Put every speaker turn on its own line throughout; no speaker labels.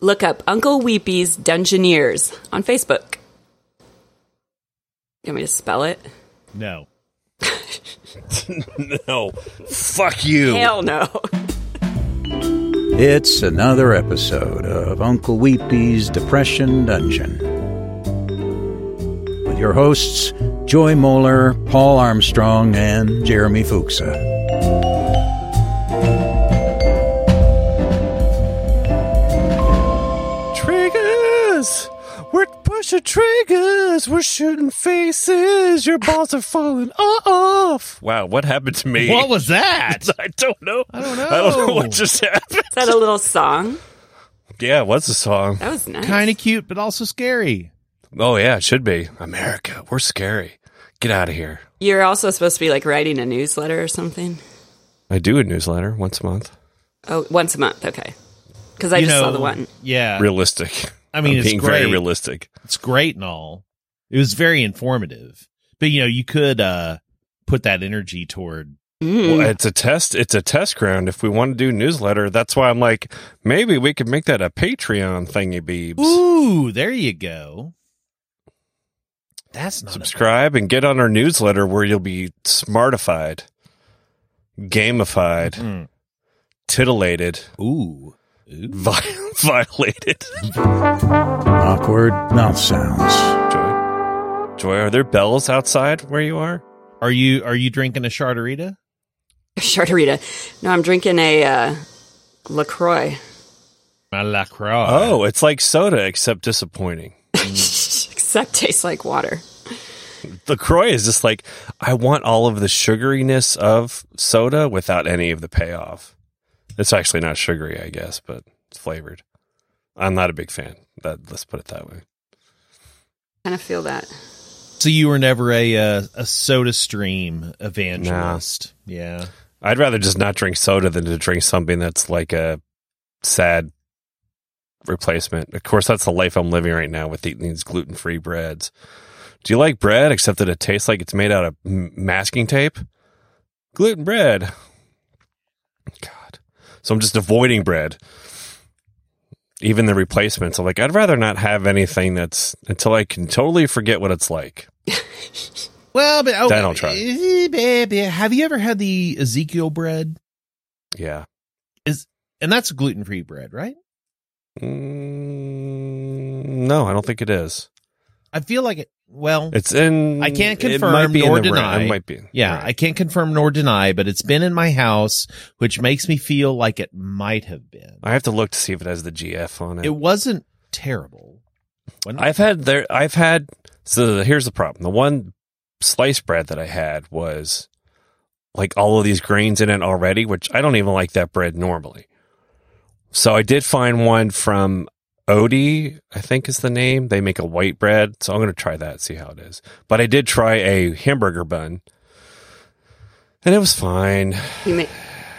Look up Uncle Weepy's Dungeoneers on Facebook. You want me to spell it?
No.
no. Fuck you.
Hell no.
It's another episode of Uncle Weepy's Depression Dungeon. With your hosts, Joy Moeller, Paul Armstrong, and Jeremy Fuchsa.
Triggers. We're pushing triggers. We're shooting faces. Your balls are falling off. Wow, what happened to me?
What was that?
I don't know. I
don't know.
I don't know what just happened.
Is that a little song?
Yeah, it was a song.
That was nice.
kind of cute, but also scary.
Oh, yeah, it should be. America, we're scary. Get out of here.
You're also supposed to be like writing a newsletter or something.
I do a newsletter once a month.
Oh, once a month. Okay. Because I
You
just saw
know,
the one.
Uh,
Yeah,
Realistic.
I mean,
I'm
it's
being
great.
very realistic.
it's great and all. It was very informative, but you know, you could uh put that energy toward.
Mm.
Well, it's a test. It's a test ground. If we want to do newsletter, that's why I'm like, maybe we could make that a Patreon thingy, beebs.
Ooh, there you go. That's not a-
Subscribe and get on our newsletter where you'll be smartified, gamified,
Mm.
titillated,
Ooh, Ooh.
vi- violated.
Awkward mouth sounds.
Joy, Joy, are there bells outside where you are?
are you are you drinking a charterita?
Charterita. No, I'm drinking a uh, LaCroix.
My lacroix.
Oh, it's like soda except disappointing.
Except tastes like water.
The Croix is just like I want all of the sugariness of soda without any of the payoff. It's actually not sugary, I guess, but it's flavored. I'm not a big fan. That let's put it that way.
Kind of feel that.
so you were never a uh, a Soda Stream evangelist? Yeah.
I'd rather just not drink soda than to drink something that's like a sad replacement. Of course, that's the life I'm living right now with eating these gluten free breads. Do you like bread except that it tastes like it's made out of m- masking tape? Gluten bread. God. So I'm just avoiding bread. Even the replacements. I'm like, I'd rather not have anything that's until I can totally forget what it's like.
Well, but oh,
That I'll try.
eh, baby, Have you ever had the Ezekiel bread?
Yeah.
And that's gluten free bread, right?
Mm, no, I don't think it is.
I feel like it. Well,
It's in.
I can't
it
confirm
might be in
nor
the ra-
deny.
It might be.
yeah, I
Right.
can't confirm nor deny, but it's been in my house, which makes me feel like it might have been.
I have to look to see if it has the GF on it.
It wasn't terrible. Wasn't it?
I've had there. I've had. So the- here's the problem. The one slice bread that I had was like all of these grains in it already, which I don't even like that bread normally. So I did find one from Odie, I think is the name. They make a white bread, so I'm going to try that, see how it is. But I did try a hamburger bun, and it was fine.
You ma-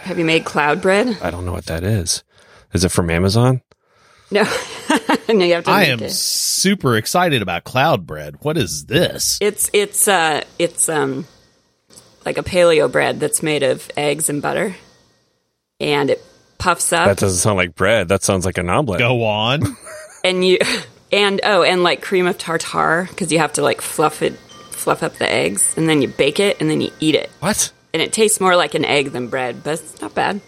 have you made cloud bread?
I don't know what that is. Is it from Amazon?
No. no, you have to
I
make
am
it.
super excited about cloud bread. What is this?
It's it's uh it's um like a paleo bread that's made of eggs and butter, and it puffs up,
That doesn't sound like bread. That sounds like an omelet.
Go on.
and you and oh and like cream of tartar because you have to like fluff it fluff up the eggs and then you bake it and then you eat it
What?
and it tastes more like an egg than bread but it's not bad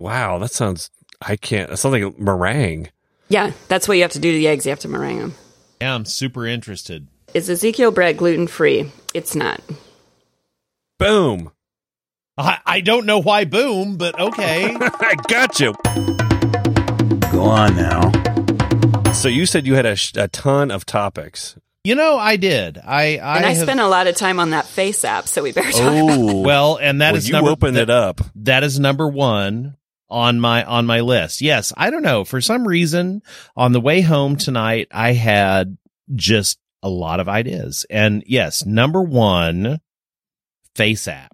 Wow, that sounds. I can't. That sounds like a meringue.
yeah that's what you have to do to the eggs you have to meringue them
yeah, I'm super interested.
is ezekiel bread gluten free it's not
Boom!
I, I don't know why boom, but okay.
I got you.
Go on now.
So you said you had a, sh- a ton of topics.
you know, I did. I I,
and i,
have-
spent a lot of time on that face app so we better talk
Oh,
well, and that is
you
number
opened
that-
it up.
that is number one on my on my list. Yes, I don't know. For some reason, on the way home tonight, I had just a lot of ideas. And yes, number one, face app.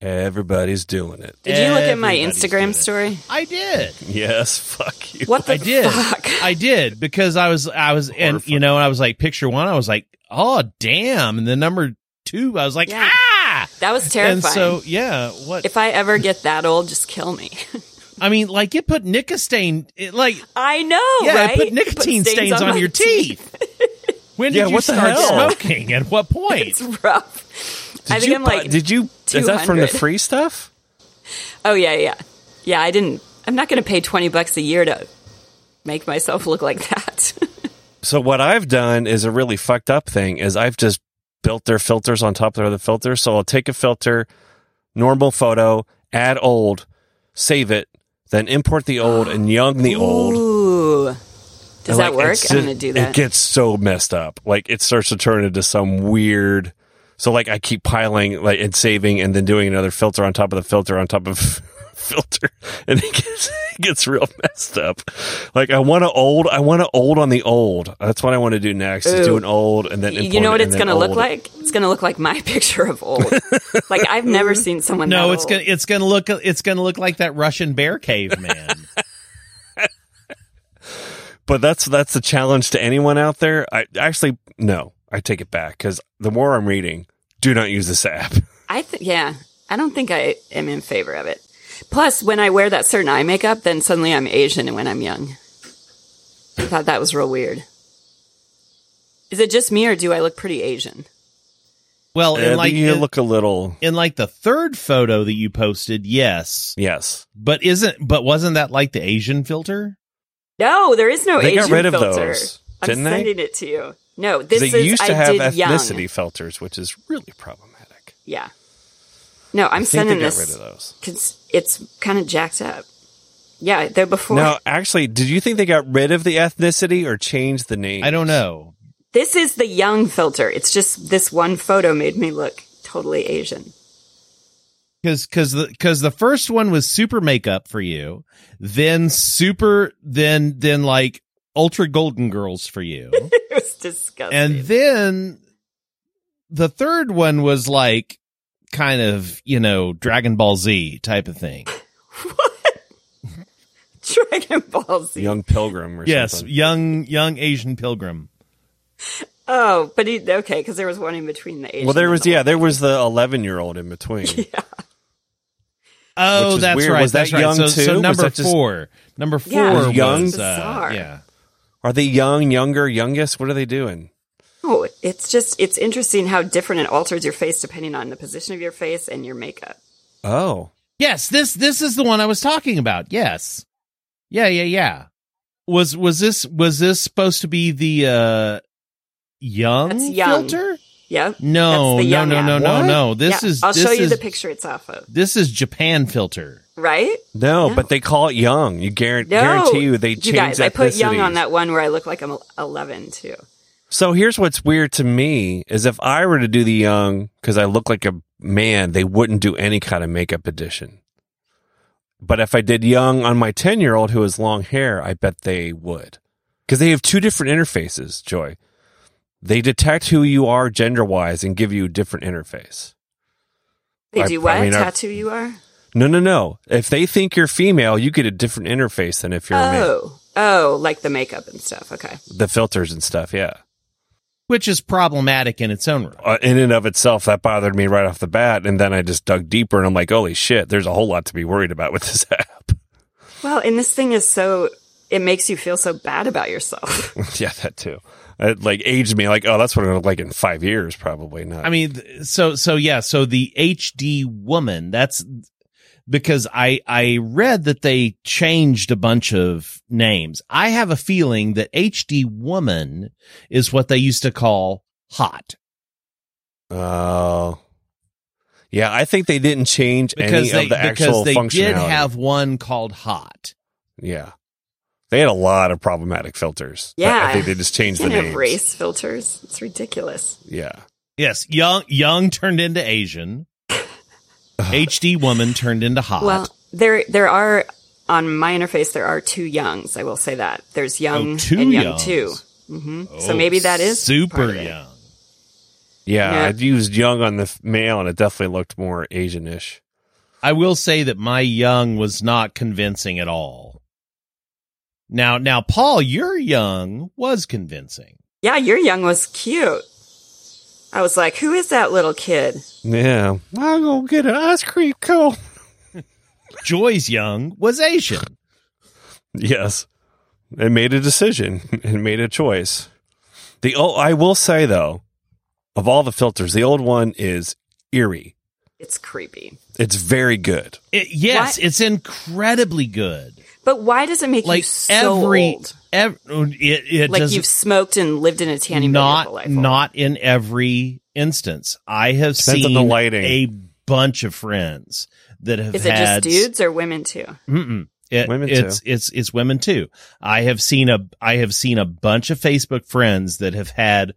Everybody's doing it.
did you look at my
Everybody's doing
instagram
it.
story
I did.
Yes, fuck you.
what the
I did.
fuck
I did because I was I was and you know, and I was like picture one, I was like, oh damn. And then number two, I was like,
Yeah.
ah
that was terrifying
And so yeah, what
if I ever get that old, just kill me.
I mean, like it put nicotine, it, like
I know,
yeah,
right?
it put nicotine
stains
stains on,
my
your teeth. when did
Yeah,
you
what the
start
hell?
smoking? At what point?
It's rough. I think
you
I'm
buy-
like,
did you? Is that from the
200.
free stuff?
oh yeah, yeah, yeah. I didn't. I'm not going to pay twenty bucks a year to make myself look like that.
So what I've done is a really fucked up thing is I've just built their filters on top of their other filters. So I'll take a filter, normal photo, add old, save it, then import the old and young the old.
Ooh, does
And,
that
like,
work?
it's
I'm
just-
going to do
It
that.
gets so messed up. Like it starts to turn into some weird. So like I keep piling like and saving and then doing another filter on top of the filter on top of filter, and it gets it gets real messed up. Like I want to old. I want to old on the old. That's what I want to do next. Is do
Ooh.
an old and then
you
import
know what
it
it's
and then
going to look
old.
like? It's going to look like my picture of old. like I've never seen someone.
No,
that
it's
old.
gonna it's gonna look it's gonna look like that Russian bear caveman.
But that's that's the challenge to anyone out there. I actually no. I take it back because the more I'm reading, do not use this app.
I th- yeah, I don't think I am in favor of it. Plus, when I wear that certain eye makeup, then suddenly I'm Asian when I'm young. I thought that was real weird. Is it just me, or do I look pretty Asian?
well,
Uh,
in like
you
in,
look a little
in like the third photo that you posted, yes,
yes.
but isn't but wasn't that like the Asian filter?
No, there is no
They got
Asian
rid of
filter.
those,
I'm
didn't they?
sending it to you. No, this
they
is
used to
I
have
did
ethnicity
young.
filters, which is really problematic.
Yeah. No, I'm
I think they
sending
got
this
rid of those.
'cause it's kind of jacked up. Yeah, they're before.
Now, actually, did you think they got rid of the ethnicity or changed the name?
I don't know.
This is the young filter. It's just this one photo made me look totally Asian.
Cause, cause the, cause the first one was super makeup for you, then super, then, then like ultra golden girls for you.
It was disgusting.
and then the third one was like kind of, you know, Dragon Ball Z type of thing.
Dragon Ball Z.
Young Pilgrim or
Yes.
something.
Young, young Asian pilgrim.
Oh, but he, okay, because there was one in between the Asian.
Well, there
and
was
the-
yeah, there was the eleven-year-old in between.
Oh,
is
that's
weird.
right.
Was that
that's right.
young
so,
too?
So
Was
number
that just-
four, number four
Yeah.
Was young?
was, uh,
Bizarre.
yeah.
Are they young, younger, youngest? What are they doing?
No, Oh, it's just it's interesting how different it alters your face depending on the position of your face and your makeup.
Oh,
Yes, this this is the one I was talking about. Yes. Yeah, yeah, yeah. Was was this was this supposed to be the uh young,
That's young.
filter?
Yep.
Mm,
No,
That's the
no,
young
no, no,
app.
no,
What?
no. This
Yeah,
is
I'll
this
show you
is,
the picture it's off of.
This is Japan filter.
Right?
no,
No.
but they call it young. You guarantee,
No,
guarantee you they changed
you guys. I put young on
ethnicities.
that one where I look like I'm eleven too.
So here's what's weird to me is if I were to do the young because I look like a man, they wouldn't do any kind of makeup edition. But if I did young on my ten year old who has long hair, I bet they would because they have two different interfaces. Joy, they detect who you are gender wise and give you a different interface.
They
I-
do
I
what?
mean, I-
Tattoo you are?
No, no, no. If they think you're female, you get a different interface than if you're a man.
Oh, oh, like the makeup and stuff. Okay.
The filters and stuff, yeah.
Which is problematic in its own right.
uh, in and of itself that bothered me right off the bat and then i just dug deeper and i'm like holy shit there's a whole lot to be worried about with this app
Well, and this thing is so it makes you feel so bad about yourself.
yeah that too it like aged me like oh that's what i'm gonna look like in five years probably not
I mean, th- so so yeah, so the HD woman. That's because I I read that they changed a bunch of names. I have a feeling that HD woman is what they used to call hot
oh yeah i think they didn't change any
because they
of the
because
actual
they
functionality
did have one called hot.
yeah they had a lot of problematic filters But
Yeah.
i think they just changed the
Can't have
names
race filters. It's ridiculous.
yeah
Yes, young young turned into Asian. HD woman turned into hot.
Well, there there are on my interface there are two youngs. I will say that there's young
Oh, two
and young
youngs.
two. hmm so
Oh,
maybe that is part
super
of it.
young.
yeah,
Yeah.
i used young on the f- male and it definitely looked more asian-ish
I will say that my young was not convincing at all. Now, now, Paul, your young was convincing.
Yeah, your young was cute. I was like, who is that little kid?
yeah i'm gonna get an ice cream cone
Joy's Young was Asian.
Yes. It made a decision. It made a choice. The oh, I will say though, of all the filters, the old one is eerie.
It's creepy.
It's very good.
It, yes,
What?
it's incredibly good.
But why does it make you
Like
so
every,
old?
ev- it, it
Like
does
you've smoked and lived in a tanning bed your whole
not
life.
not in every instance. I have
Depends on
seen
the lighting.
a bunch of friends that have
Is it just
had
dudes or women too?
Mm-mm. It-
Women too.
it's it's it's women too. I have seen a I have seen a bunch of Facebook friends that have had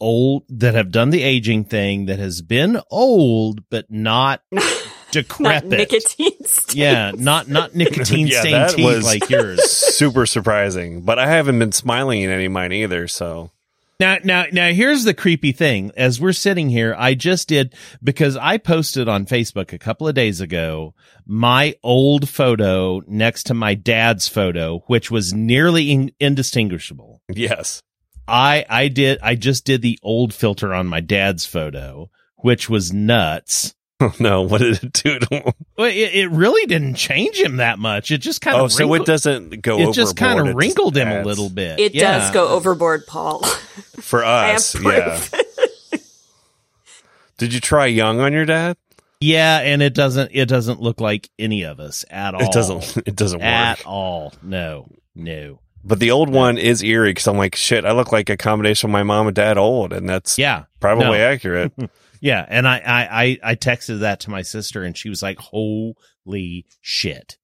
old that have done the aging thing that has been old but not
Not
decrepit.
nicotine stains.
yeah, not not nicotine
Yeah,
stained
that
teeth
was-
like yours.
Super surprising. But I haven't been smiling in any of mine either, so
Now, now, now, here's the creepy thing. As we're sitting here, I just did because I posted on Facebook a couple of days ago my old photo next to my dad's photo, which was nearly in- indistinguishable.
yes.
I I did I just did the old filter on my dad's photo, which was nuts.
Oh no, what did it do to him?
Well, It, it really didn't change him that much. It just kind
Oh,
of
so it doesn't go
it just kind
overboard,
of
just
wrinkled him a
adds.
little bit.
It
Yeah.
does go overboard, Paul.
For
I have
us,
proof.
yeah. Did you try young on your dad?
Yeah, and it doesn't it doesn't look like any of us at all.
It doesn't it doesn't work.
Oh. at all. No, no.
But the old one is eerie because I'm like, shit, I look like a combination of my mom and dad old, and that's
Yeah,
probably
No.
accurate.
yeah. And I, I, I, I texted that to my sister, and she was like, "Holy shit!"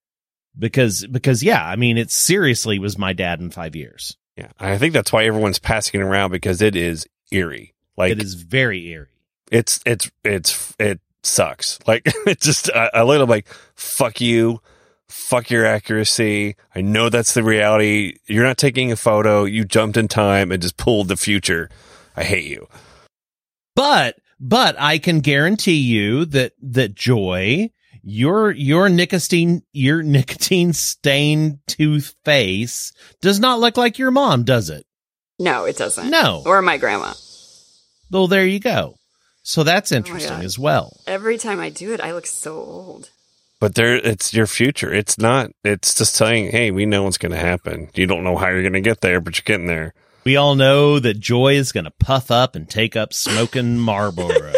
Because, because, yeah, I mean, it seriously was my dad in five years.
yeah, I think that's why everyone's passing it around because it is eerie. Like
it is very eerie.
it's it's it's it sucks. Like it just I, I look at it, I'm like, fuck you, fuck your accuracy. I know that's the reality. You're not taking a photo. You jumped in time and just pulled the future. I hate you.
But, but I can guarantee you that that joy, your your nicotine your nicotine stained tooth face does not look like your mom, does it?
No, it doesn't.
No.
Or my grandma.
Well, there you go. So that's interesting
God.
as well.
Every time I do it, I look so old.
But there, it's your future. It's not. It's just saying, hey, we know what's going to happen. You don't know how you're going to get there, but you're getting there.
We all know that Joy is going to puff up and take up smoking Marlboro.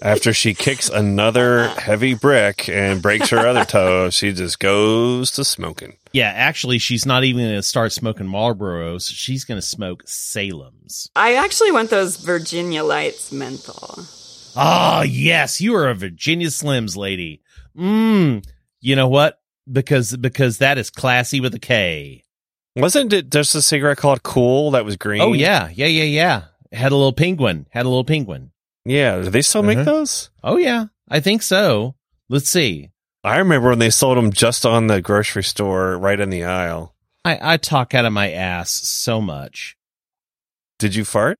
After she kicks another heavy brick and breaks her other toe, she just goes to smoking.
yeah, actually, she's not even going to start smoking Marlboros. She's going to smoke Salem's.
I actually want those Virginia Lights menthol.
Oh, yes, you are a Virginia Slims lady. Mmm. You know what? Because because that is classy with a K.
Wasn't it just a cigarette called Cool that was green?
Oh yeah, yeah, yeah, yeah. Had a little penguin. Had a little penguin.
yeah. Do they still make
Uh-huh.
those?
Oh yeah, I think so. Let's see.
I remember when they sold them just on the grocery store, right in the aisle.
I I talk out of my ass so much.
Did you fart?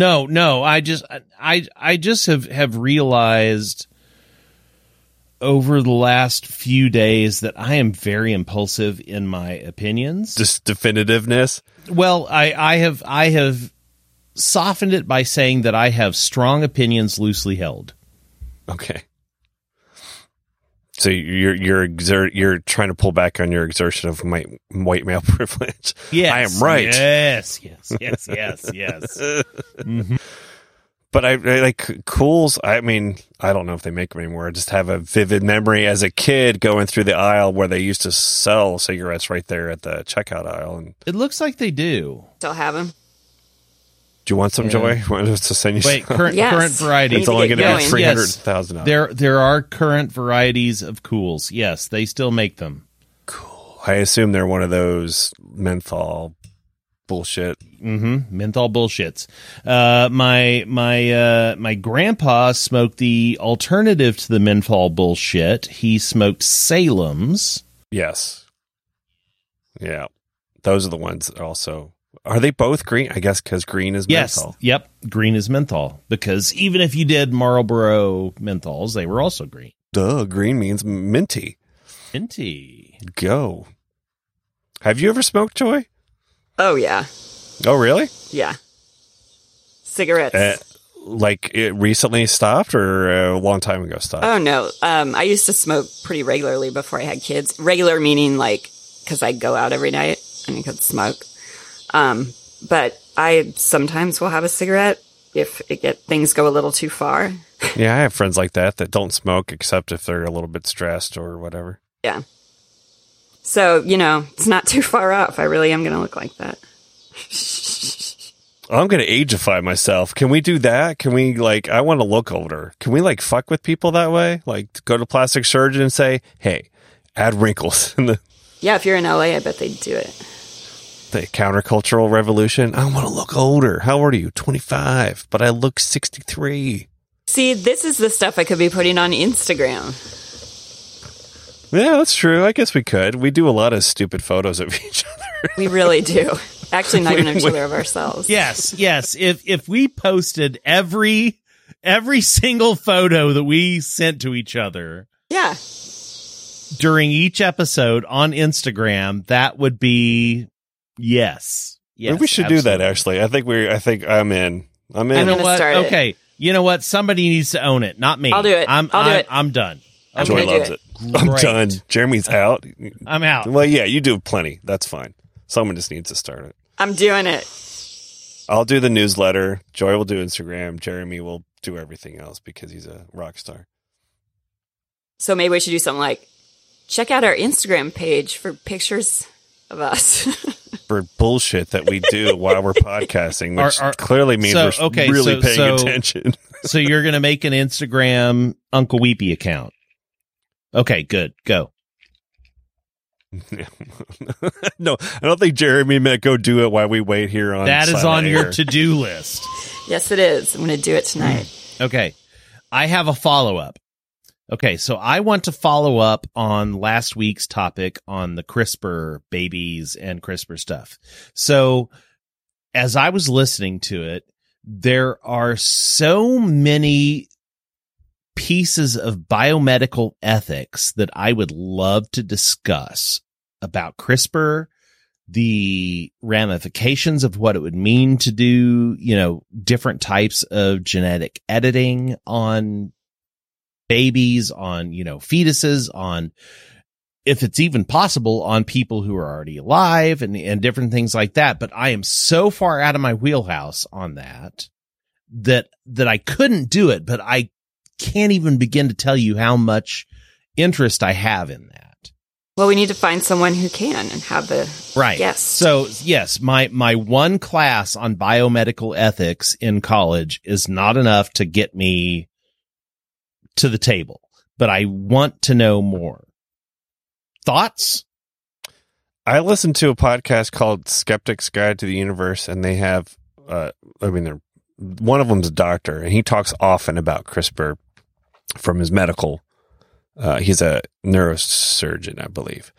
No, no, I just I I just have have realized over the last few days that I am very impulsive in my opinions.
Just definitiveness.
well, I I have I have softened it by saying that I have strong opinions loosely held.
Okay. So you're you're exert you're trying to pull back on your exertion of my white male privilege.
Yes.
I am right.
Yes, yes, yes, yes, yes. Mhm.
But I, I like cools. I mean, I don't know if they make them anymore. I just have a vivid memory as a kid going through the aisle where they used to sell cigarettes right there at the checkout aisle. And
It looks like they do.
Still have them?
do you want some
Yeah.
joy? Want us to send you?
Wait,
some?
current
Yes.
current variety.
need
it's
to
only
get
going to be
going.
three hundred
Yes.
thousand dollars.
There there are current varieties of cools. Yes, they still make them.
I assume they're one of those menthol bullshit.
hmm Menthol bullshits. Uh, my my uh, my grandpa smoked the alternative to the menthol bullshit. He smoked Salem's.
Yes. Yeah, those are the ones. That also, are they both green? I guess because green is
Yes.
menthol.
Yep. Green is menthol because even if you did Marlboro menthols, they were also green.
Duh, green means minty.
Minty.
Go. Have you ever smoked joy?
Oh, yeah.
Oh, really?
Yeah. Cigarettes.
Uh, like it recently stopped or a long time ago stopped?
Oh no. Um, I used to smoke pretty regularly before I had kids. Regular meaning like because I go out every night and I could smoke. Um, but I sometimes will have a cigarette if it get things go a little too far.
Yeah, I have friends like that that don't smoke except if they're a little bit stressed or whatever.
Yeah. So you know it's not too far off. I really am gonna look like that.
I'm gonna ageify myself. Can we do that? Can we like? I want to look older. Can we like fuck with people that way? Like go to plastic surgeon and say, "Hey, add wrinkles." in the
Yeah, if you're in LA, I bet they'd do it.
the countercultural revolution. I want to look older. How old are you? 25, but I look 63.
See, this is the stuff I could be putting on Instagram.
Yeah, that's true. I guess we could. We do a lot of stupid photos of each other.
We really do. Actually, not even each other of ourselves.
Yes, yes. If if we posted every every single photo that we sent to each other
Yeah.
during each episode on Instagram, that would be yes. Yes.
Maybe we should do that
absolutely.
actually. I think we I think I'm in. I'm
You
in.
I'm
know
gonna
what?
start it.
Okay. You know what? Somebody needs to own it, not me.
I'll do it.
I'm
I'll do
am
it.
I'm done.
I'm
Joy
gonna do
loves
it.
I'm
Great.
done. Jeremy's out.
I'm out.
Well, yeah, you do plenty. That's fine. Someone just needs to start it.
I'm doing it.
I'll do the newsletter. Joy will do Instagram. Jeremy will do everything else because he's a rock star.
So maybe we should do something like check out our Instagram page for pictures of us.
For bullshit that we do while we're podcasting, which
Are- are-
clearly means
so,
we're
okay, so-
really paying
so-
attention.
so you're gonna make an Instagram Uncle Weepy account. Okay, good. Go.
no, I don't think Jeremy meant go do it while we wait here on
that is on
silent
your
air.
to do list.
yes, it is. I'm going to do it tonight.
Okay. I have a follow up. Okay. So I want to follow up on last week's topic on the CRISPR babies and CRISPR stuff. So as I was listening to it, there are so many pieces of biomedical ethics that I would love to discuss about CRISPR the ramifications of what it would mean to do, you know, different types of genetic editing on babies, on, you know, fetuses, on if it's even possible on people who are already alive and, and different things like that. But I am so far out of my wheelhouse on that that, that I couldn't do it, but I can't even begin to tell you how much interest I have in that.
Well, we need to find someone who can and have the.
Right.
Yes.
So yes, my my one class on biomedical ethics in college is not enough to get me to the table, but I want to know more. Thoughts?
I listened to a podcast called Skeptic's Guide to the Universe, and they have, uh, I mean, they're, one of them's a doctor, and he talks often about CRISPR from his medical. Uh, he's a neurosurgeon, I believe.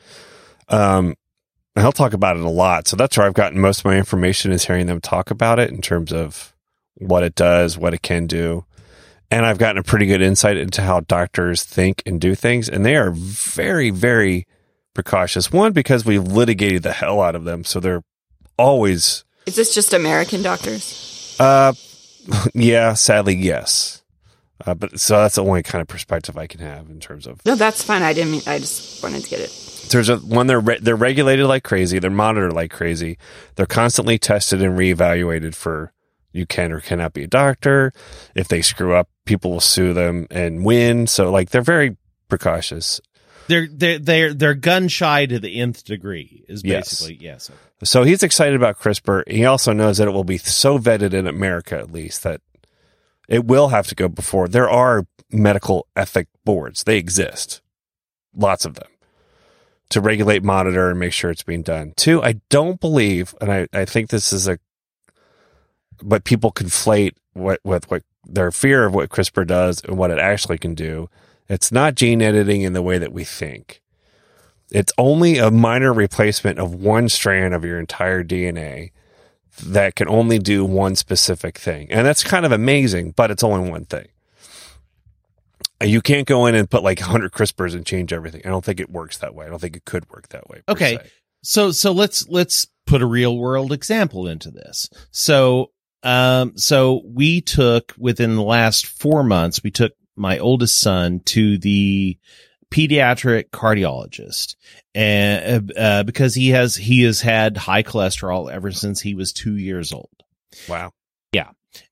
Um, and he'll talk about it a lot. So that's where I've gotten most of my information is hearing them talk about it in terms of what it does, what it can do. And I've gotten a pretty good insight into how doctors think and do things. And they are very, very precautious. One, because we litigated the hell out of them, so they're always,
Is this just American doctors?
uh, yeah, sadly, yes. Uh, but so that's the only kind of perspective I can have in terms of
No, that's fine. I didn't mean, I just wanted to get it.
there's a when they're re- they're regulated like crazy, they're monitored like crazy, they're constantly tested and reevaluated for you can or cannot be a doctor. If they screw up, people will sue them and win. So like they're very precautious.
They're they're they're they're gun shy to the nth degree is
Yes.
basically yes.
So he's excited about CRISPR. He also knows that it will be so vetted in America, at least, that it will have to go before. There are medical ethic boards, they exist, lots of them, to regulate, monitor, and make sure it's being done. Two, I don't believe, and I, I think this is a, but people conflate what, with what their fear of what CRISPR does and what it actually can do. It's not gene editing in the way that we think. It's only a minor replacement of one strand of your entire DNA that can only do one specific thing. And that's kind of amazing, but it's only one thing. You can't go in and put like 100 CRISPRs and change everything. I don't think it works that way. I don't think it could work that way. per
Okay.
se.
So so let's let's put a real world example into this. So Um, so we took within the last four months, we took my oldest son to the pediatric cardiologist and uh, uh, because he has he has had high cholesterol ever since he was two years old
Wow.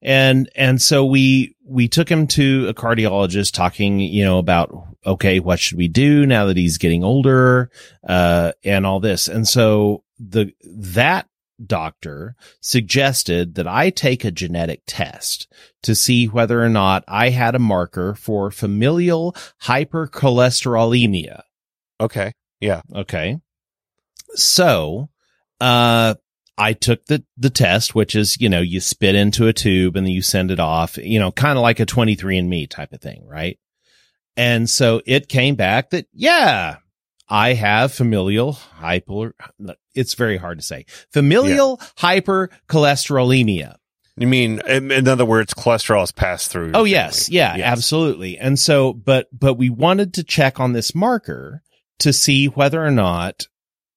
and and so we we took him to a cardiologist talking you know about okay what should we do now that he's getting older uh and all this and so the that doctor suggested that I take a genetic test to see whether or not I had a marker for familial hypercholesterolemia
Okay.
Okay. So, uh, I took the, the test, which is, you know, you spit into a tube and then you send it off, you know, kind of like a 23andMe type of thing, right? And so it came back that, yeah, I have familial hyper, it's very hard to say, familial hypercholesterolemia.
You mean, in, in other words, cholesterol is passed through.
Oh, yes. Yeah, absolutely. And so, but, but we wanted to check on this marker to see whether or not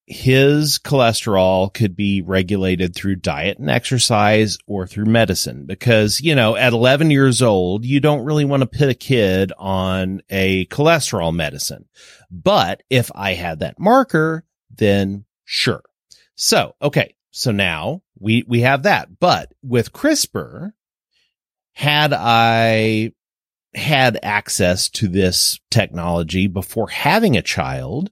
his cholesterol could be regulated through diet and exercise or through medicine. Because, you know, at 11 years old, you don't really want to put a kid on a cholesterol medicine. But if I had that marker, then sure. So, okay. So now we, we have that, but with CRISPR, had I had access to this technology before having a child,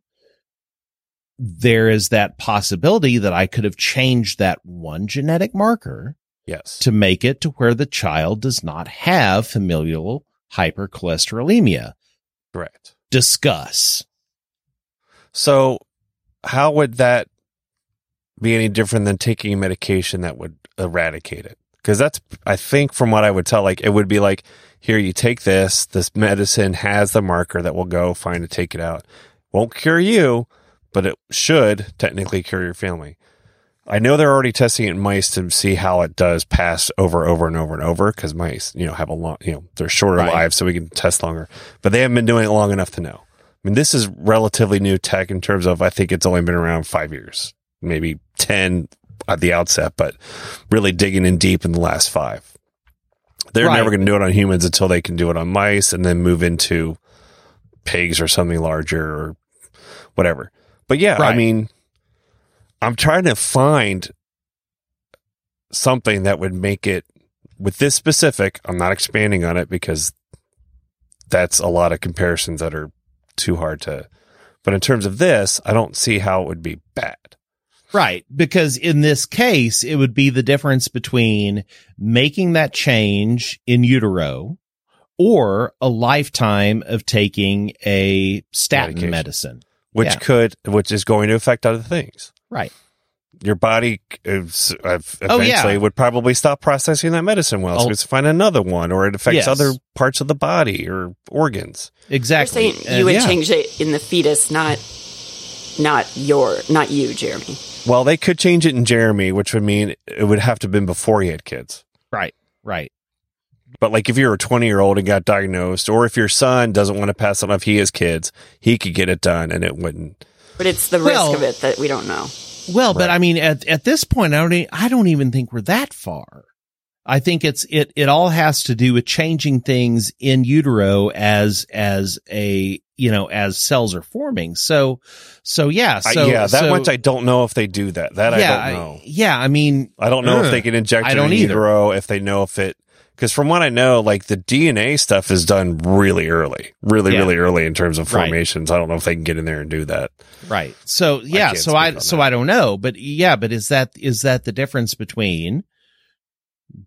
there is that possibility that I could have changed that one genetic marker
Yes.
to make it to where the child does not have familial hypercholesterolemia.
Correct.
Discuss.
So, how would that be any different than taking a medication that would eradicate it? Because that's, I think, from what I would tell, like it would be like, here you take this. This medicine has the marker that will go find to take it out. Won't cure you, but it should technically cure your family. I know they're already testing it in mice to see how it does pass over, over and over and over because mice, you know, have a long, you know, they're shorter
Right.
lives, so we can test longer. But they haven't been doing it long enough to know. I mean, this is relatively new tech in terms of I think it's only been around five years, maybe 10 at the outset, but really digging in deep in the last five. They're
Right.
never going to do it on humans until they can do it on mice and then move into pigs or something larger or whatever. But yeah, I
Right.
mean, I'm trying to find something that would make it with this specific. I'm not expanding on it because that's a lot of comparisons that are too hard to. But in terms of this, I don't see how it would be bad.
Right. Because in this case, it would be the difference between making that change in utero or a lifetime of taking a statin
Medication.
medicine.
which
Yeah.
could which is going to affect other things
Right.
your body is, uh, eventually
Oh, yeah.
would probably stop processing that medicine well so
Oh.
it's find another one or it affects
Yes.
other parts of the body or organs
Exactly.
You're saying you
Uh,
would
yeah.
change it in the fetus, not not your not you, Jeremy.
well they could change it in jeremy which would mean it would have to have been before he had kids
Right. Right.
but like if you're a 20 year old and got diagnosed or if your son doesn't want to pass on if he has kids he could get it done and it wouldn't
But it's the
Well-
risk of it that we don't know.
Well, but
Right.
I mean, at, at this point, I don't, e- I don't even think we're that far. I think it's, it, it all has to do with changing things in utero as, as a, you know, as cells are forming. So, so yeah.
I-
So,
yeah that
so-
much i don't know if they do that that i don't know
yeah, I mean,
I don't know
Ugh.
if they can inject
I
it
don't
in
either.
utero, if they know if it, because from what I know, like the DNA stuff is done really early, really,
Yeah.
really early in terms of
Right.
formations. I don't know if they can get in there and do that.
right. So yeah,
can't
so
speak
I
on
so
that.
I don't know, but yeah, but is that is that the difference between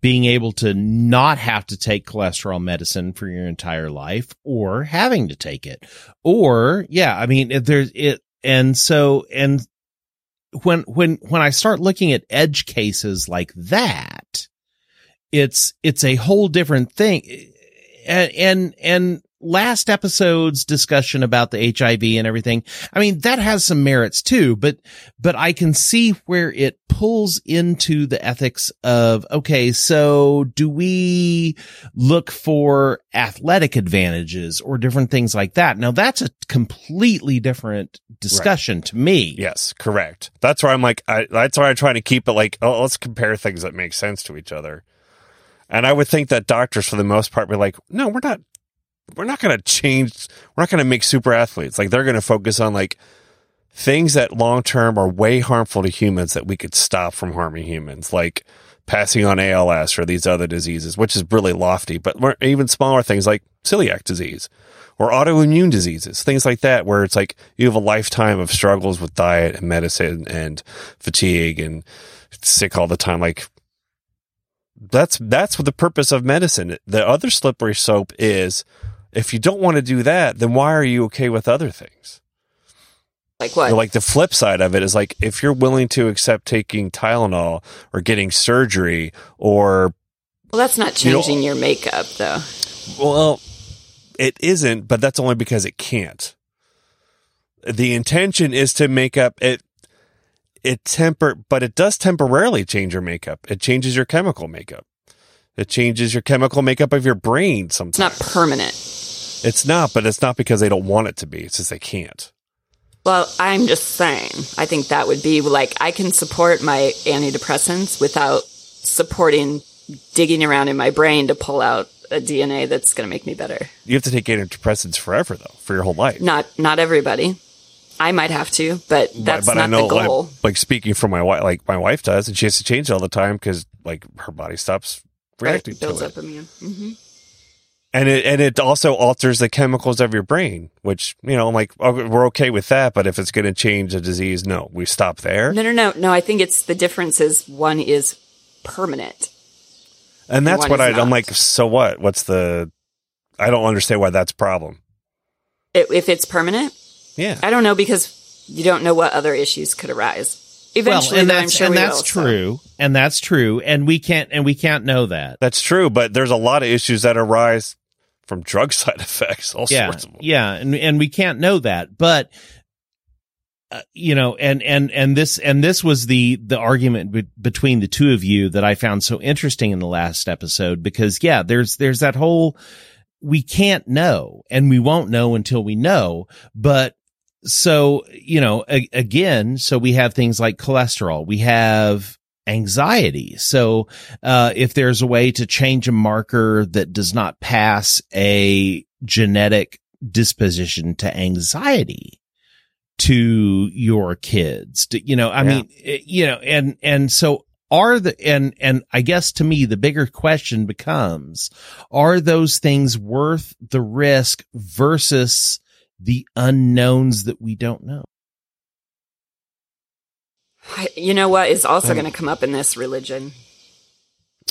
being able to not have to take cholesterol medicine for your entire life or having to take it? Or yeah, I mean, if there's it and so and when when when I start looking at edge cases like that, it's it's a whole different thing. And and and last episode's discussion about the HIV and everything, I mean, that has some merits too, but but I can see where it pulls into the ethics of okay, so do we look for athletic advantages or different things like that? Now that's a completely different discussion to me.
Yes, correct. That's why I'm like, I, that's why I'm trying to keep it like, oh, let's compare things that make sense to each other. And I would think that doctors, for the most part, were like, no, we're not, we're not going to change. We're not going to make super athletes. Like they're going to focus on like things that long term are way harmful to humans that we could stop from harming humans, like passing on ALS or these other diseases, which is really lofty. But we're- even smaller things like celiac disease or autoimmune diseases, things like that, where it's like you have a lifetime of struggles with diet and medicine and fatigue and sick all the time. Like that's that's what the purpose of medicine. The other slippery soap is if you don't want to do that, then why are you okay with other things?
Like what?
Or, Like the flip side of it is like if you're willing to accept taking Tylenol or getting surgery or
well, that's not
you know-
changing your makeup though.
well, it isn't, but that's only because it can't. The intention is to make up it it temper but it does temporarily change your makeup. It changes your chemical makeup. It changes your chemical makeup of your brain sometimes.
It's not permanent.
It's not, but it's not because they don't want it to be. It's just they can't.
Well, I'm just saying. I think that would be like I can support my antidepressants without supporting digging around in my brain to pull out a DNA that's going to make me better.
You have to take antidepressants forever though, for your whole life.
Not not everybody. I might have to, but that's
but
not
I know,
the goal.
Like, like, speaking for my wife, like my wife does, and she has to change it all the time because like her body stops
Right,
reacting to
builds
it.
up immune. hmm
and it and it also alters the chemicals of your brain, which you know, I'm like, oh, we're okay with that, but if it's going to change the disease, no, we stop there,
No, no, no, no. I think it's the difference is one is permanent.
and that's
One
what
is
I,
not.
I'm like. So what? What's the? I don't understand why that's a problem.
I- if it's permanent,
Yeah,
I don't know because you don't know what other issues could arise. Eventually,
and
though,
that's
I'm sure
and
we
that's
will, so.
true, and that's true, and we can't and we can't know that.
that's true, but there's a lot of issues that arise from drug side effects, all
yeah,
sorts of them.
yeah, and and we can't know that, but. Uh, you know, and and and this and this was the the argument be- between the two of you that I found so interesting in the last episode because yeah, there's there's that whole we can't know and we won't know until we know, but so you know a- again so we have things like cholesterol we have anxiety so uh if there's a way to change a marker that does not pass a genetic disposition to anxiety to your kids to- you know i
Yeah.
mean it- you know and and so are the and and i guess to me the bigger question becomes are those things worth the risk versus the unknowns that we don't know.
I- You know what is also
Um,
going to come up in this religion?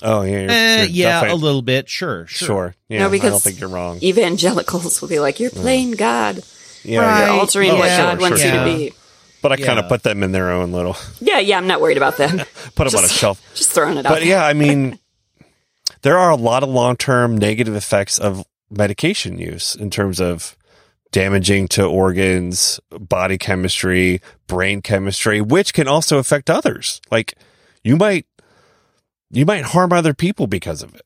Oh yeah, you're-
Eh,
you're
yeah, a
definitely-
little bit. Sure,
sure.
sure.
Yeah, I don't
because
think you're wrong.
Evangelicals will be like, "You're playing God.
Yeah,
Right.
You're altering
Mm. Oh,
what
sure,
God wants
sure,
you
sure.
to be."
but I kind of
Yeah.
put them in their own little,
Yeah, yeah. I'm not worried about them.
put them on a
Just-
shelf.
Just throwing it out.
But yeah, I mean, there are a lot of long term negative effects of medication use in terms of damaging to organs, body chemistry, brain chemistry, which can also affect others. Like you might you might harm other people because of it.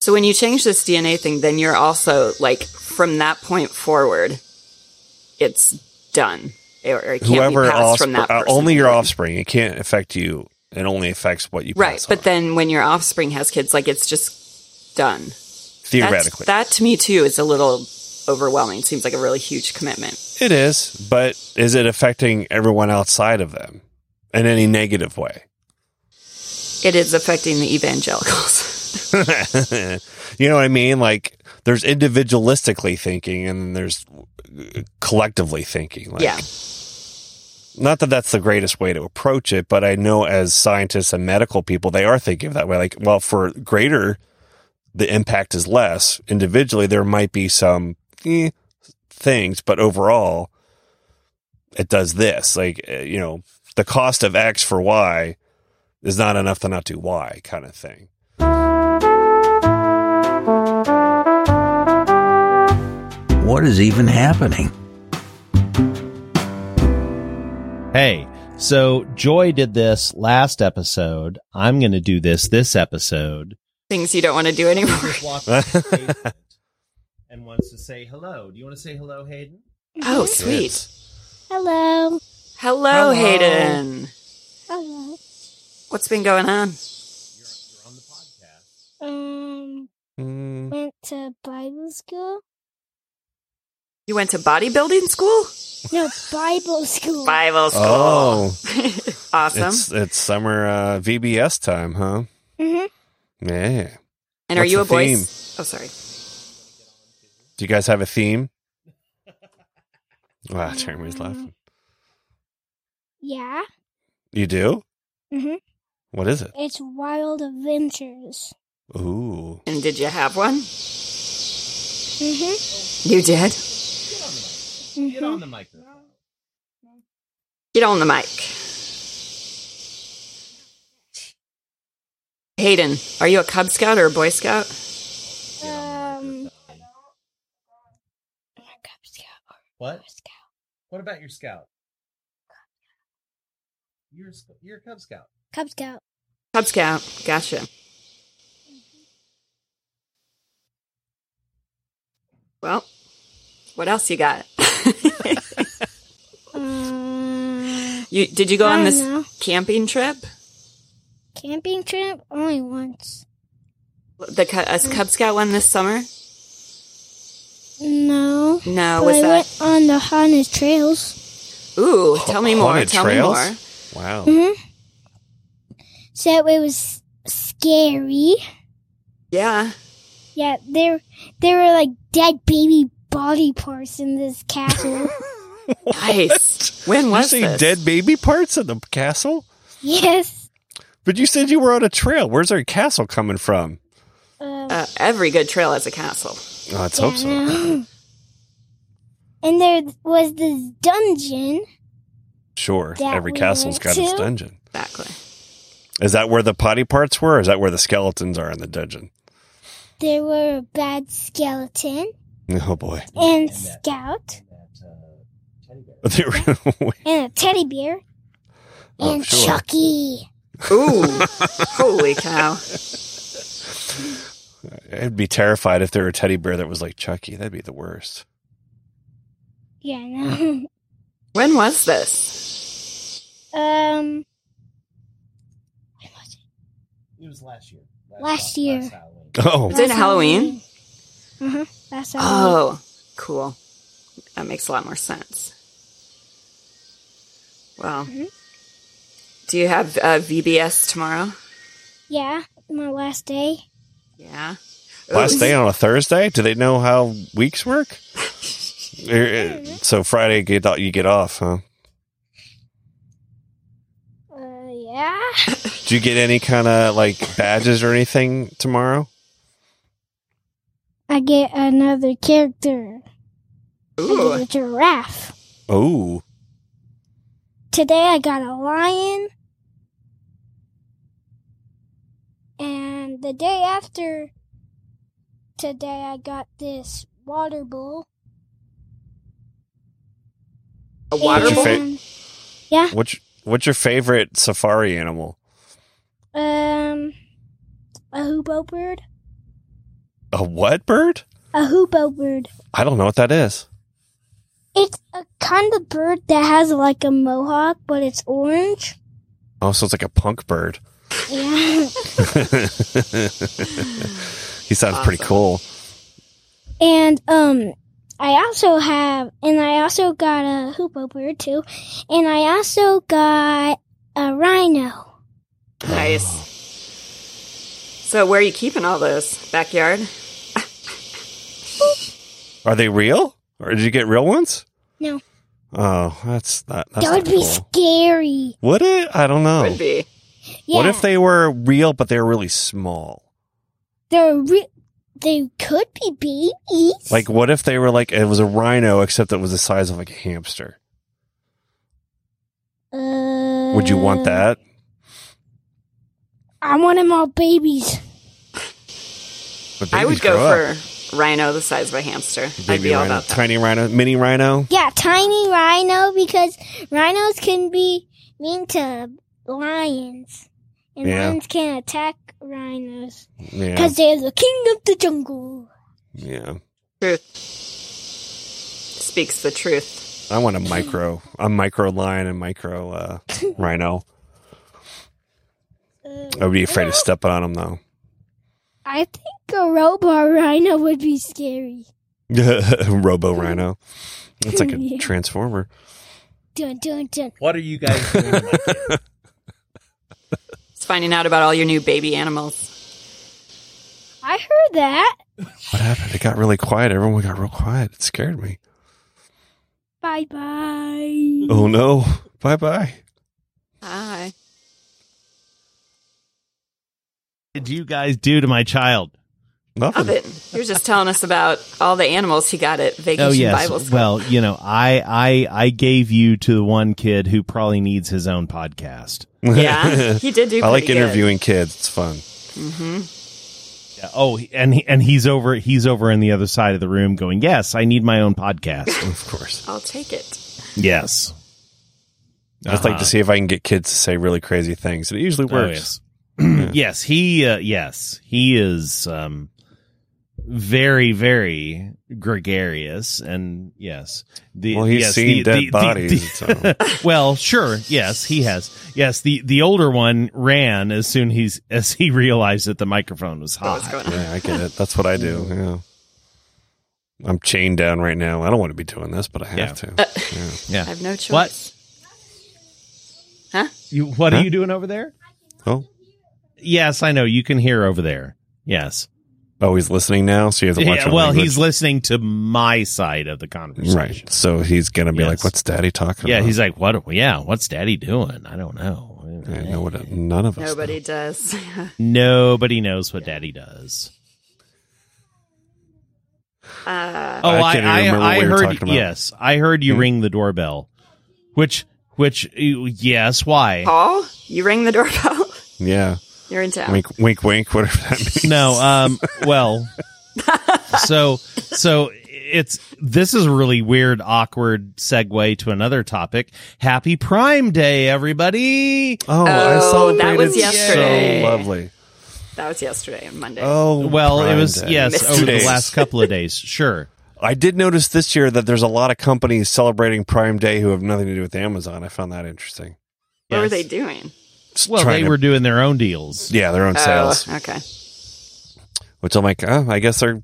So when you change this DNA thing, then you're also like from that point forward, it's done. Or it can't
Whoever
be passed
offspr-
from that
uh,
person.
only your offspring. It can't affect you. It only affects what you
Right,
pass
but
on,
then when your offspring has kids, like it's just done. That's-
theoretically
that to me too is a little overwhelming. Seems like a really huge commitment.
it is. But is it affecting everyone outside of them in any negative way?
It is affecting the evangelicals.
you know what I mean? Like there's individualistically thinking and then there's uh, collectively thinking. Like,
yeah,
Not that that's the greatest way to approach it, but I know as scientists and medical people, they are thinking that way. Like, well, for greater, the impact is less. Individually, there might be some eh, things, but overall, it does this. Like, eh, you know, the cost of X for Y is not enough to not do Y kind of thing.
What is even happening?
Hey, so Joy did this last episode. I'm going to do this this episode.
things you don't want to do anymore.
and wants to say hello. Do you want to say hello, Hayden?
Oh, sweet.
Mm-hmm. Hello. Uh-huh.
Hello,
Hello.
Hayden.
Hello.
What's been going on?
You're on the podcast.
Um,
mm,
to Bible school.
You went to bodybuilding school?
No, Bible school.
Bible school.
Oh,
awesome.
it's it's summer uh, VBS time, huh?
hmm
Yeah.
and are
what's
you a
the
boy?
theme?
Oh, sorry.
Do you guys have a theme? Wow, Jeremy's laughing.
Yeah.
You do?
hmm
What is it?
It's Wild Adventures.
Ooh.
And did you have one?
hmm
You did.
hmm
the mic.
Get on the mic. Hayden, are you a Cub Scout or a Boy Scout?
Um,
What? What about your scout? You're you're a Cub Scout.
Cub Scout.
Cub Scout. Gotcha. Well, what else you got?
Um,
you did you go
I
on
don't
this
know.
camping trip?
camping trip only once.
The Cu-
Mm.
us Cub Scout one this summer?
No.
No,
but
was
Oh, I
that?
went on the haunted trails.
Ooh, tell me more.
Haunted
Tell
trails?
me more.
Wow.
hmm So it was scary.
Yeah.
Yeah, there there were like dead baby body parts in this castle.
Nice. when
You
was
see
this?
dead baby parts in the castle?
yes.
But you said you were on a trail. Where's our castle coming from?
Um,
Uh, every good trail has a castle.
Oh, let's
yeah,
hope so.
no. And there was this dungeon.
Sure.
That
Every
we
castle's got
went
its
to?
dungeon.
Exactly.
Is that where the potty parts were? Or is that where the skeletons are in the dungeon?
There were a bad skeleton
Oh boy.
and scout
uh,
They were-
and a teddy bear
Oh,
and
sure.
Chucky.
Ooh, holy cow!
I'd be terrified if there were a teddy bear that was like Chucky. That'd be the worst.
Yeah, no.
When was this?
Hmm.
um, when was it?
It was last year.
Last year. last
Oh,
Was it Halloween?
Uh-huh. That's Halloween.
Oh, cool. That makes a lot more sense. Well,
Mhm.
do you have uh, VBS tomorrow?
Yeah, my last day.
Yeah.
Last
Ooh.
day on a Thursday? Do they know how weeks work? Er, er, so Friday get o- you get off, huh?
Uh, yeah.
Do you get any kind of like badges or anything tomorrow?
I get another character. I get
Ooh,
a giraffe.
Oh,
Today I got a lion. And the day after today I got this water bowl.
a water
What's
bowl.
your fa-
And, yeah.
what's what's your favorite safari animal?
Um a hoopoe bird.
A what bird?
A hoopoe bird.
I don't know what that is.
It's a kind of bird that has like a mohawk, but it's orange.
Oh, so it's like a punk bird.
Yeah.
He sounds pretty
Awesome.
cool.
And um I also have and I also got a hoopoe bird too. And I also got a rhino.
Nice. So, where are you keeping all those? Backyard?
Are they real? Or did you get real ones?
No.
Oh, that's not. That's
that would
not
be
cool.
scary.
Would it? Oh, I don't know.
Would be.
Yeah.
What if they were real, but they were really small?
they're re- they could be babies?
Like, what if they were like it was a rhino, except it was the size of like a hamster?
uh,
Would you
Mm.
want that?
I want them all babies.
But
I would
babies
go
grow up.
for rhino the size of a hamster. I'd
Baby
be all
rhino,
about that.
tiny rhino, mini rhino.
Yeah, tiny rhino because rhinos can be mean to lions. And
Yeah.
lions can attack rhinos
Yeah,
because they're the king of the jungle.
yeah.
Truth speaks the truth.
I want a micro, a micro lion, and micro uh, rhino.
Uh,
Uh, I would be afraid of stepping on them though.
I Uh, I think a robot rhino would be scary.
Robo Rhino. It's like
Yeah.
a transformer.
Dun dun dun.
What are you guys doing?
It's finding out about all your new baby animals.
I heard that,
What happened? It got really quiet. Everyone got real quiet. It scared me.
Bye bye.
Oh no. Bye bye.
Hi.
did you guys do to my child?
Love
Nothing.
it. You're just telling us about all the animals he got at Vacation
Oh yes.
Bible School.
Well, you know, I I I gave you to the one kid who probably needs his own podcast.
yeah, he did do.
I like
pretty good.
interviewing kids. It's fun.
Yeah. Oh, and he, and he's over he's over on the other side of the room going, "Yes, I need my own podcast."
Of course.
I'll take it.
yes.
I just like to see if I can get kids to say really crazy things. And it usually
Uh-huh. Oh,
works.
yes. yes, he uh, yes, he is um very very gregarious and yes. The
Well, he's
yes,
seen
the-
dead
the- the-
bodies. so.
well, sure. Yes, he has. Yes, the the older one ran as soon he's as he realized that the microphone was
What was
hot.
going on?
Yeah, I get it. That's what I do. Yeah. I'm chained down right now. I don't want to be doing this, but I have
Yeah.
to.
Uh, I have no choice.
What?
Huh?
You what
Huh?
are you doing over there?
Oh,
Yes, I know you can hear over there. Yes.
oh, he's listening now, so you have to watch.
Yeah,
our
well,
language.
he's listening to my side of the conversation.
right. Uh-huh. So he's gonna be like,
Yes.
"What's Daddy talking
Yeah,
about?"
he's like, "What? Yeah, what's Daddy doing? I don't know.
I know what. None of us.
Nobody does.
Nobody knows what Daddy does."
uh,
Oh,
I
I,
can't even
I,
remember what
I
we were
heard.
talking about. Hmm?
Yes, I heard you ring the doorbell, which, which, yes, why?
Paul, you ring the doorbell.
know. Yeah.
You're in town.
Wink, wink, wink. Whatever that means.
No, um, well, so so it's this is a really weird, awkward segue to another topic. Happy Prime Day, everybody!
Oh, I
Oh,
celebrated
that was yesterday.
So lovely.
That was yesterday and Monday.
Oh,
Well, it
Prime
was
Day.
yes
Missed
over
two
the
days.
last couple of days, sure.
I did notice this year that there's a lot of companies celebrating Prime Day who have nothing to do with Amazon. I found that interesting.
what were
yes.
they doing?
Just
Well,
trying
they
to-
were doing their own deals.
yeah their own sales,
Oh, okay.
which I'm like, oh, I guess they're.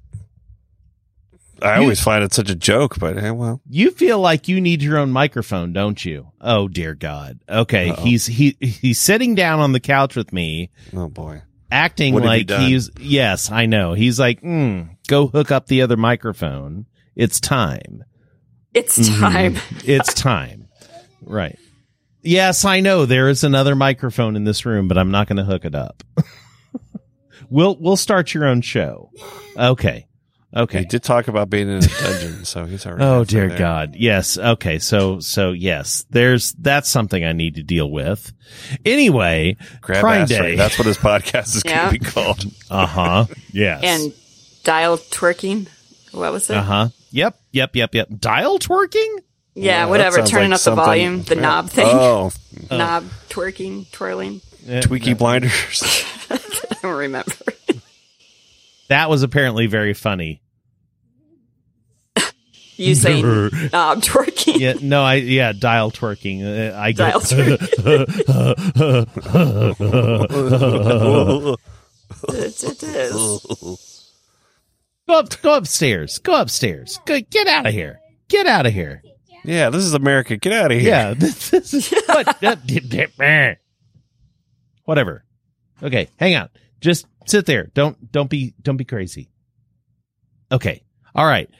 I
You-
always find it such a joke, but eh, well,
You feel like you need your own microphone, don't you? Oh dear God. Okay,
Uh-oh.
he's he he's sitting down on the couch with me.
oh boy.
acting
What have you
like
done?
he's yes i know he's like mm, go hook up the other microphone it's time
It's
Mhm.
Mm-hmm.
time.
it's time right yes i know there is another microphone in this room but i'm not going to hook it up we'll we'll start your own show okay
He
okay
did talk about being in a dungeon, so he's already.
oh
halfway
dear
there.
god yes okay so so yes there's that's something i need to deal with anyway
Grab
Prime
ass
Day.
rate. That's what his podcast is
Yeah.
going to be called.
uh-huh yes
And dial twerking. What was it?
uh-huh yep yep yep yep dial twerking
Yeah,
Well, that
whatever.
sounds
Turning
like
up the
something-
volume, the
yeah.
knob thing,
Oh,
Oh.
knob twerking, twirling.
Uh,
Tweaky Blinders.
I don't remember.
That was apparently very funny.
You say knob twerking.
yeah, no, I yeah, dial twerking. Uh, I get,
Dial it is.
go up, go upstairs, go upstairs, go, get out of here, get out of here.
yeah, this is America. Get out of here.
Yeah, this is what. Whatever. Okay, hang on. Just sit there. Don't don't be don't be crazy. Okay. All right.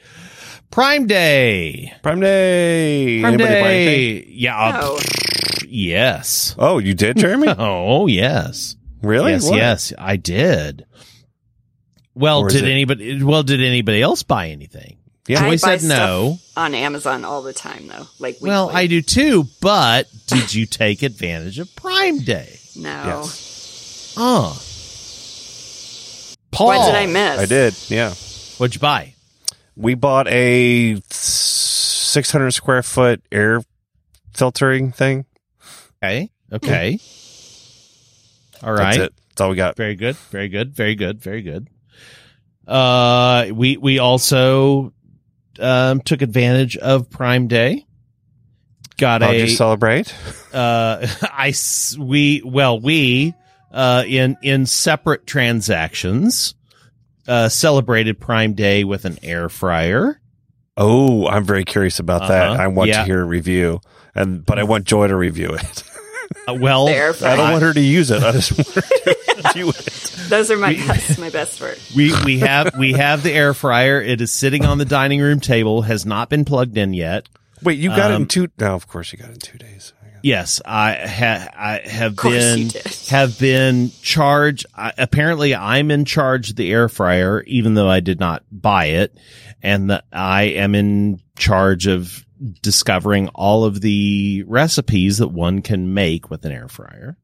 Prime Day.
Prime Day.
Prime
Anybody buy anything?
Day. Yeah.
No.
Yes.
Oh, you did, Jeremy?
Oh yes.
Really?
Yes,
What?
yes, I did. Well,
Or is
did
it-
anybody? Well, did anybody else buy anything?
Yeah.
I
Joy
buy
said no.
on Amazon all the time though. Like weekly.
Well, I do too. But did you take advantage of Prime Day?
no.
Yes.
Uh. Paul,
What did I miss?
I did. Yeah.
What'd you buy?
We bought a 600 square foot air filtering thing.
Okay. Okay. All right.
Hmm. That's it. That's all we got.
Very good. Very good. Very good. Very good. Uh, we we also um took advantage of Prime Day. Got
How'd
a
you celebrate?
uh, I s- we well we uh, in in separate transactions uh, celebrated Prime Day with an air fryer.
Oh, I'm very curious about that.
Uh-huh.
I want
Yeah.
to hear a review, and but I want Joy to review it.
Uh, well,
The air fryer.
I don't want her to use it. I just want her to review it.
Those are my best, my best work.
we we have we have the air fryer. It is sitting on the dining room table. Has not been plugged in yet.
Wait, you got it in
Um,
two? No, of course you got it in two days. I got-
Yes, I ha- I have
course you
been
did.
have been charged. I, apparently, I'm in charge of the air fryer, even though I did not buy it, and that I am in charge of discovering all of the recipes that one can make with an air fryer.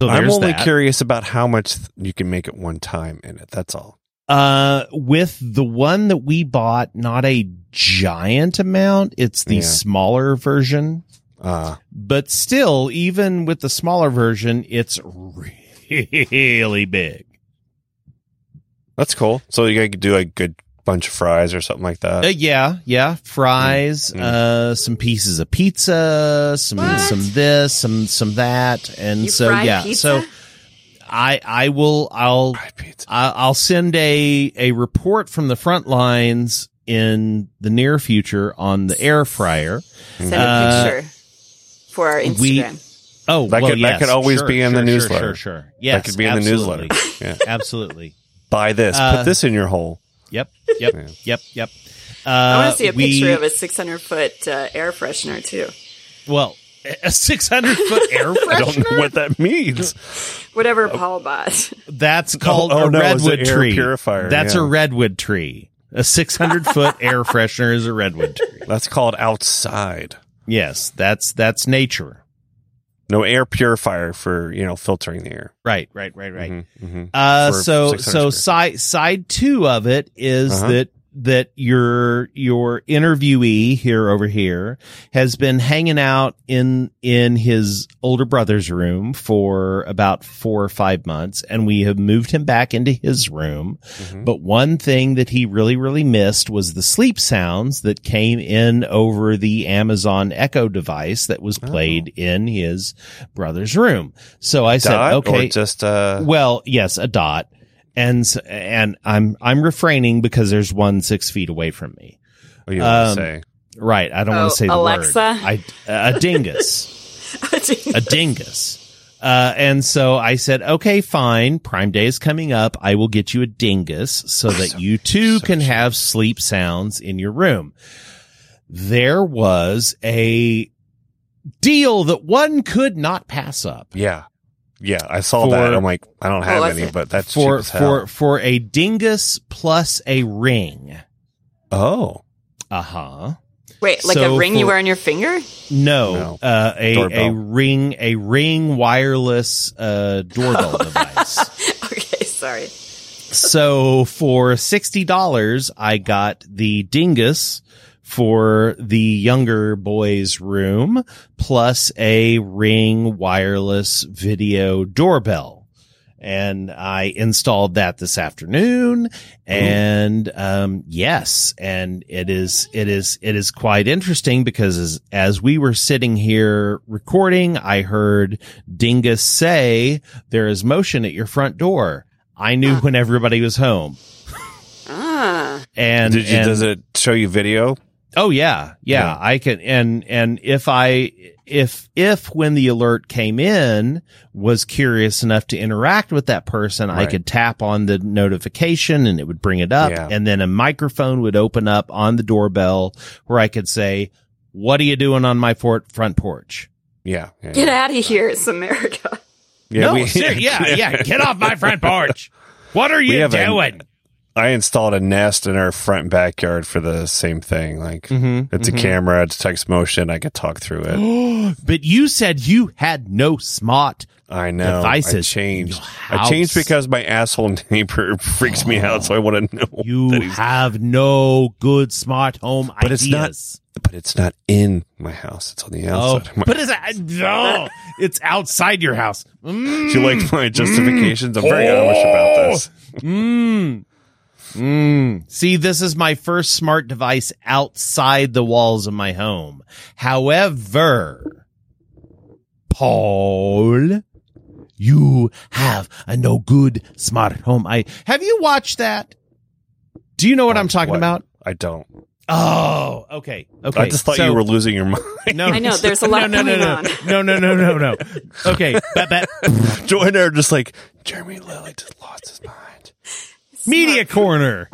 So
I'm
there's
only
that.
curious about how much th- you can make at one time in it. That's all.
Uh, with the one that we bought, not a giant amount. It's the
Yeah.
smaller version.
Uh,
but still, even with the smaller version, it's really big.
that's cool. So you got to do a good bunch of fries or something like
Uh,
that.
yeah, yeah, fries,
Mm, mm.
uh, some pieces of pizza, some
What?
some this, some some that, and
You
so
fried
yeah.
pizza?
So I I will I'll
Fried pizza.
I- I'll send a a report from the front lines in the near future on the air fryer.
Send
Uh,
a picture for our Instagram.
we- Oh,
That
well,
could- that
yes,
could always
sure,
be in the
sure, sure, Sure,
newsletter.
sure. Yes,
that could be in
absolutely.
the newsletter. Yeah.
absolutely.
Buy this.
Uh,
Put this in your hole.
Yep. Yep.
Yeah.
Yep. Yep. Uh,
I want to see a
we-
picture of a 600 foot uh, air freshener too.
Well, a 600 foot air
I don't
freshener.
know what that means.
Oh.
Whatever Paul bought.
That's called
oh,
a
no, it's an
redwood
air
tree.
purifier,
That's
yeah.
a redwood tree. A 600 foot air freshener is a redwood tree.
That's called outside.
Yes, that's that's nature.
No air purifier for you know filtering the air.
Right, right, right, right.
Mhm, mhm.
Uh,
For
so
600
so
square feet.
side side two of it is
Uh-huh.
that that your your interviewee here over here has been hanging out in in his older brother's room for about four or five months, and we have moved him back into his room.
Mhm.
But one thing that he really really missed was the sleep sounds that came in over the Amazon Echo device that was
Oh.
played in his brother's room. So I
Dot
said, okay,
or just uh,
well, yes, a dot, and s- and I'm I'm refraining because there's one six feet away from me.
what do you wanna
um,
say?
Right, I don't
Oh,
want to say the
Alexa?
word. I, a dingus, a dingus. Uh, and so I said, okay, fine. Prime Day is coming up. I will get you a dingus so that
So-
you too
so
can
sweet.
have sleep sounds in your room. There was a deal that one could not pass up.
Yeah, yeah. I saw
For-
that. I'm like, I don't have
Oh, that's
any,
it.
but that's cheap
for
as hell.
for for a dingus plus a ring.
oh,
Uh huh.
Wait, like
So
a ring you
for-
wear on your finger?
No,
No.
Uh, a a
Doorbell.
ring a ring wireless uh, doorbell device.
okay, sorry.
So for sixty dollars, I got the dingus for the younger boy's room plus a ring wireless video doorbell. And I installed that this afternoon. And um yes, and it is it is it is quite interesting because as as we were sitting here recording, I heard Dingus say, There is motion at your front door. I knew when everybody was home.
Ah,
And,
did you?
and-
does it show you video?
oh yeah, yeah,
Yeah.
I can, and, and if I, if, if when the alert came in was curious enough to interact with that person, I
Right.
could tap on the notification and it would bring it up.
Yeah.
And then a microphone would open up on the doorbell where I could say, what are you doing on my fort, front porch?
Yeah, yeah.
get out of here. It's America.
yeah,
no,
we-
ser- yeah, yeah, get off my front porch. What are
We
you
have a-
doing?
I installed a nest in our front backyard for the same thing. Like
Mhm,
it's
mhm.
a camera, it's text motion. I could talk through it.
but you said you had no smart.
I know. I
Devices.
changed.
Your
I changed
house.
because my asshole neighbor freaks me out, so I want to know. that
You
he's-
have no good smart home
But it's not
ideas.
but it's not in my house. It's on the
oh,
outside. of my-
but it's no, it's outside your house. Mm, Oh.
Do you like my justifications? I'm very Amish about this.
mm, mm. See, this is my first smart device outside the walls of my home. However, Paul, you have have a no good smart home. I have you watched that? Do you know what I'm
Watched
talking
what?
about?
I don't.
Oh, okay, okay.
I just thought
So-
you were losing your mind.
No,
I know there's a lot
no, no,
going
no,
on.
no, no, no, no, no. Okay, bat, bat.
Joy and I are just like, Jeremy Lilly just lost his mind.
media corner.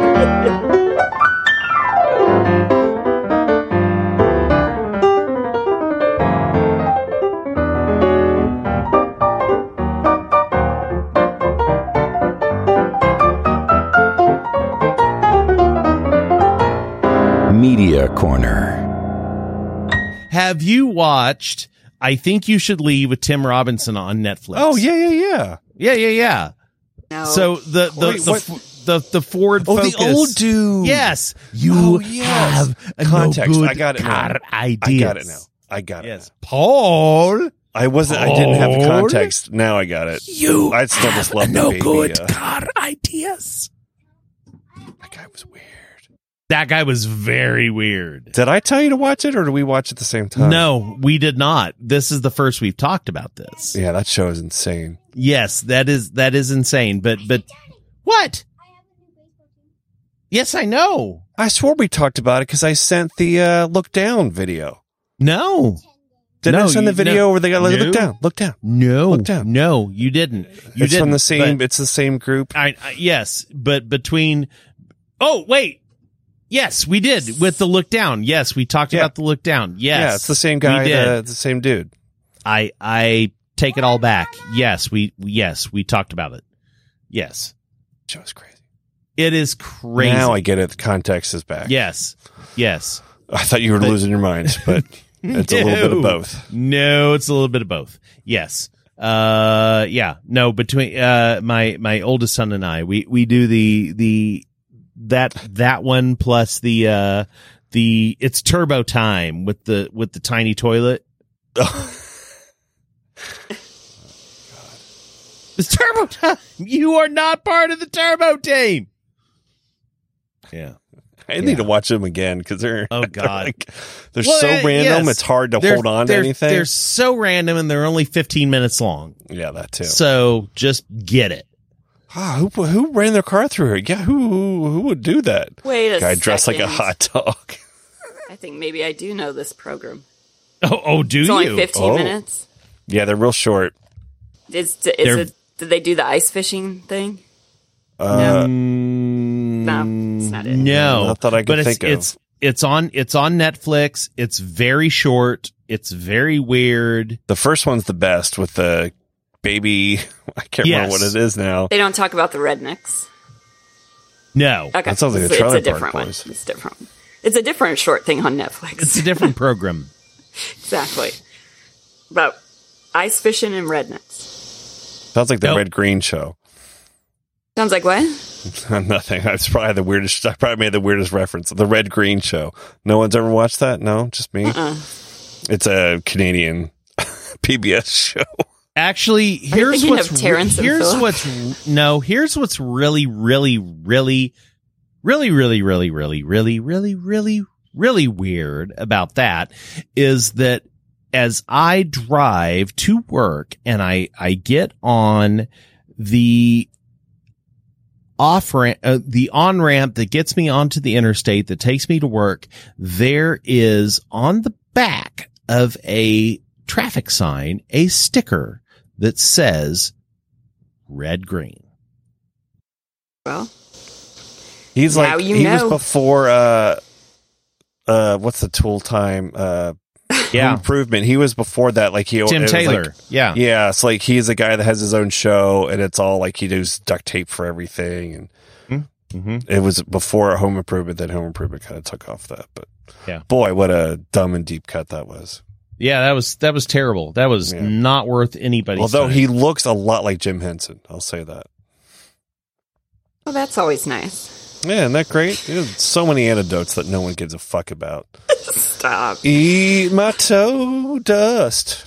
Media Corner.
Have you watched? I think you should leave with Tim Robinson on Netflix.
Oh, yeah, yeah, yeah.
yeah, yeah, yeah.
No.
So the the
Wait,
the,
what?
f- the the Ford
Oh,
Focus.
the old dude.
Yes, you
Oh, yes.
have a
Context.
No good
I got it now.
car
I
ideas.
got it now. I got it.
Yes, Paul,
now. I wasn't. I didn't have the
Paul?
context. Now I got it.
you
I'd still just
have a
love the
no
baby,
good
uh,
car ideas.
That guy was weird.
That guy was very weird.
Did I tell you to watch it, or do we watch at the same time?
No, we did not. This is the first we've talked about this.
Yeah, that show is insane.
Yes, that is that is insane. But but what? Yes, I know.
I swore we talked about it because I sent the uh, look down video.
No,
Did not I
No,
send the
you-
video
no.
where they got like,
No.
look down, look down?
no,
Look down.
no. You didn't. You
it's
didn't.
from the same.
but- Uh,
it's the same group.
I, I yes, but between. Oh wait, yes, we did with the look down. Yes, we talked
Yeah.
about the look down. Yes,
yeah, it's the same
we
guy.
did.
The, the same dude.
I I take it all back. Yes, we yes we talked about it. Yes,
Show's crazy.
it is crazy.
Now I get it. The context is back.
yes, yes.
I thought you were
But-
losing your mind, but it's a little bit
No.
of both.
No, it's a little bit of both. Yes. Uh yeah. No, between uh my my oldest son and I, we we do the the that that one plus the uh the it's turbo time with the with the tiny toilet. It's turbo time. You are not part of the turbo team. Yeah.
I need to watch them again because they're
Oh,
they're
God.
like- they're
Well,
so
uh,
random.
yes.
It's hard to
They're-
hold on to
they're-
anything.
They're so random and they're only 15 minutes long.
yeah, that too.
So just get it.
Ah, who who ran their car through her? Yeah, who who, who would do that?
wait a
Guy dressed like a
second.
hot dog.
I think maybe I do know this program.
Oh, oh do
It's
you?
only 15
Oh.
minutes.
Yeah, they're real short.
Is, is
They're-
it, did they do the ice fishing thing?
Uh,
No, it's not it.
Mm, No,
Not that I could
but it's,
think of.
It's it's on it's on Netflix. It's very short. It's very weird.
The first one's the best with the baby. I can't remember what
Yes.
it is now.
They don't talk about the rednecks.
No,
Okay.
That sounds like a
It's- it's,
Trailer
a different
Park
one.
Boys.
It's different. It's a different short thing on
it's a
Netflix.
different program.
exactly. About ice fishing and rednecks.
Sounds like the
Nope.
Red Green Show.
Sounds like what?
Nothing. That's probably the weirdest. I probably made the weirdest reference. The Red Green Show. No one's ever watched that. No, just me.
Uh-uh.
It's a Canadian PBS show.
Actually, here's
thinking
what's
of Terrence and
here's
Philip?
what's no here's what's really really really really really really really really really really really weird about that is that as I drive to work and I I get on the off ramp uh, the on ramp that gets me onto the interstate that takes me to work there is on the back of a traffic sign a sticker that says red green.
Well,
He's
Now
like
you
he
know.
was before. Uh, uh, what's the tool time? Uh, Home improvement. He was before that. Like he it
Tim
was like-
Taylor. yeah.
yeah, it's like he's a guy that has his own show, and it's all like he does duct tape for everything. And
Mm-hmm.
it was before Home Improvement that Home Improvement kind of took off that. But
Yeah.
boy, what a dumb and deep cut that was.
Yeah, that was that was terrible. That was
Yeah.
not worth anybody's
Although
time.
he looks a lot like Jim Henson, I'll say that.
well, that's always nice.
Yeah, isn't that great? There's so many anecdotes that no one gives a fuck about.
Stop.
Eat my toe dust.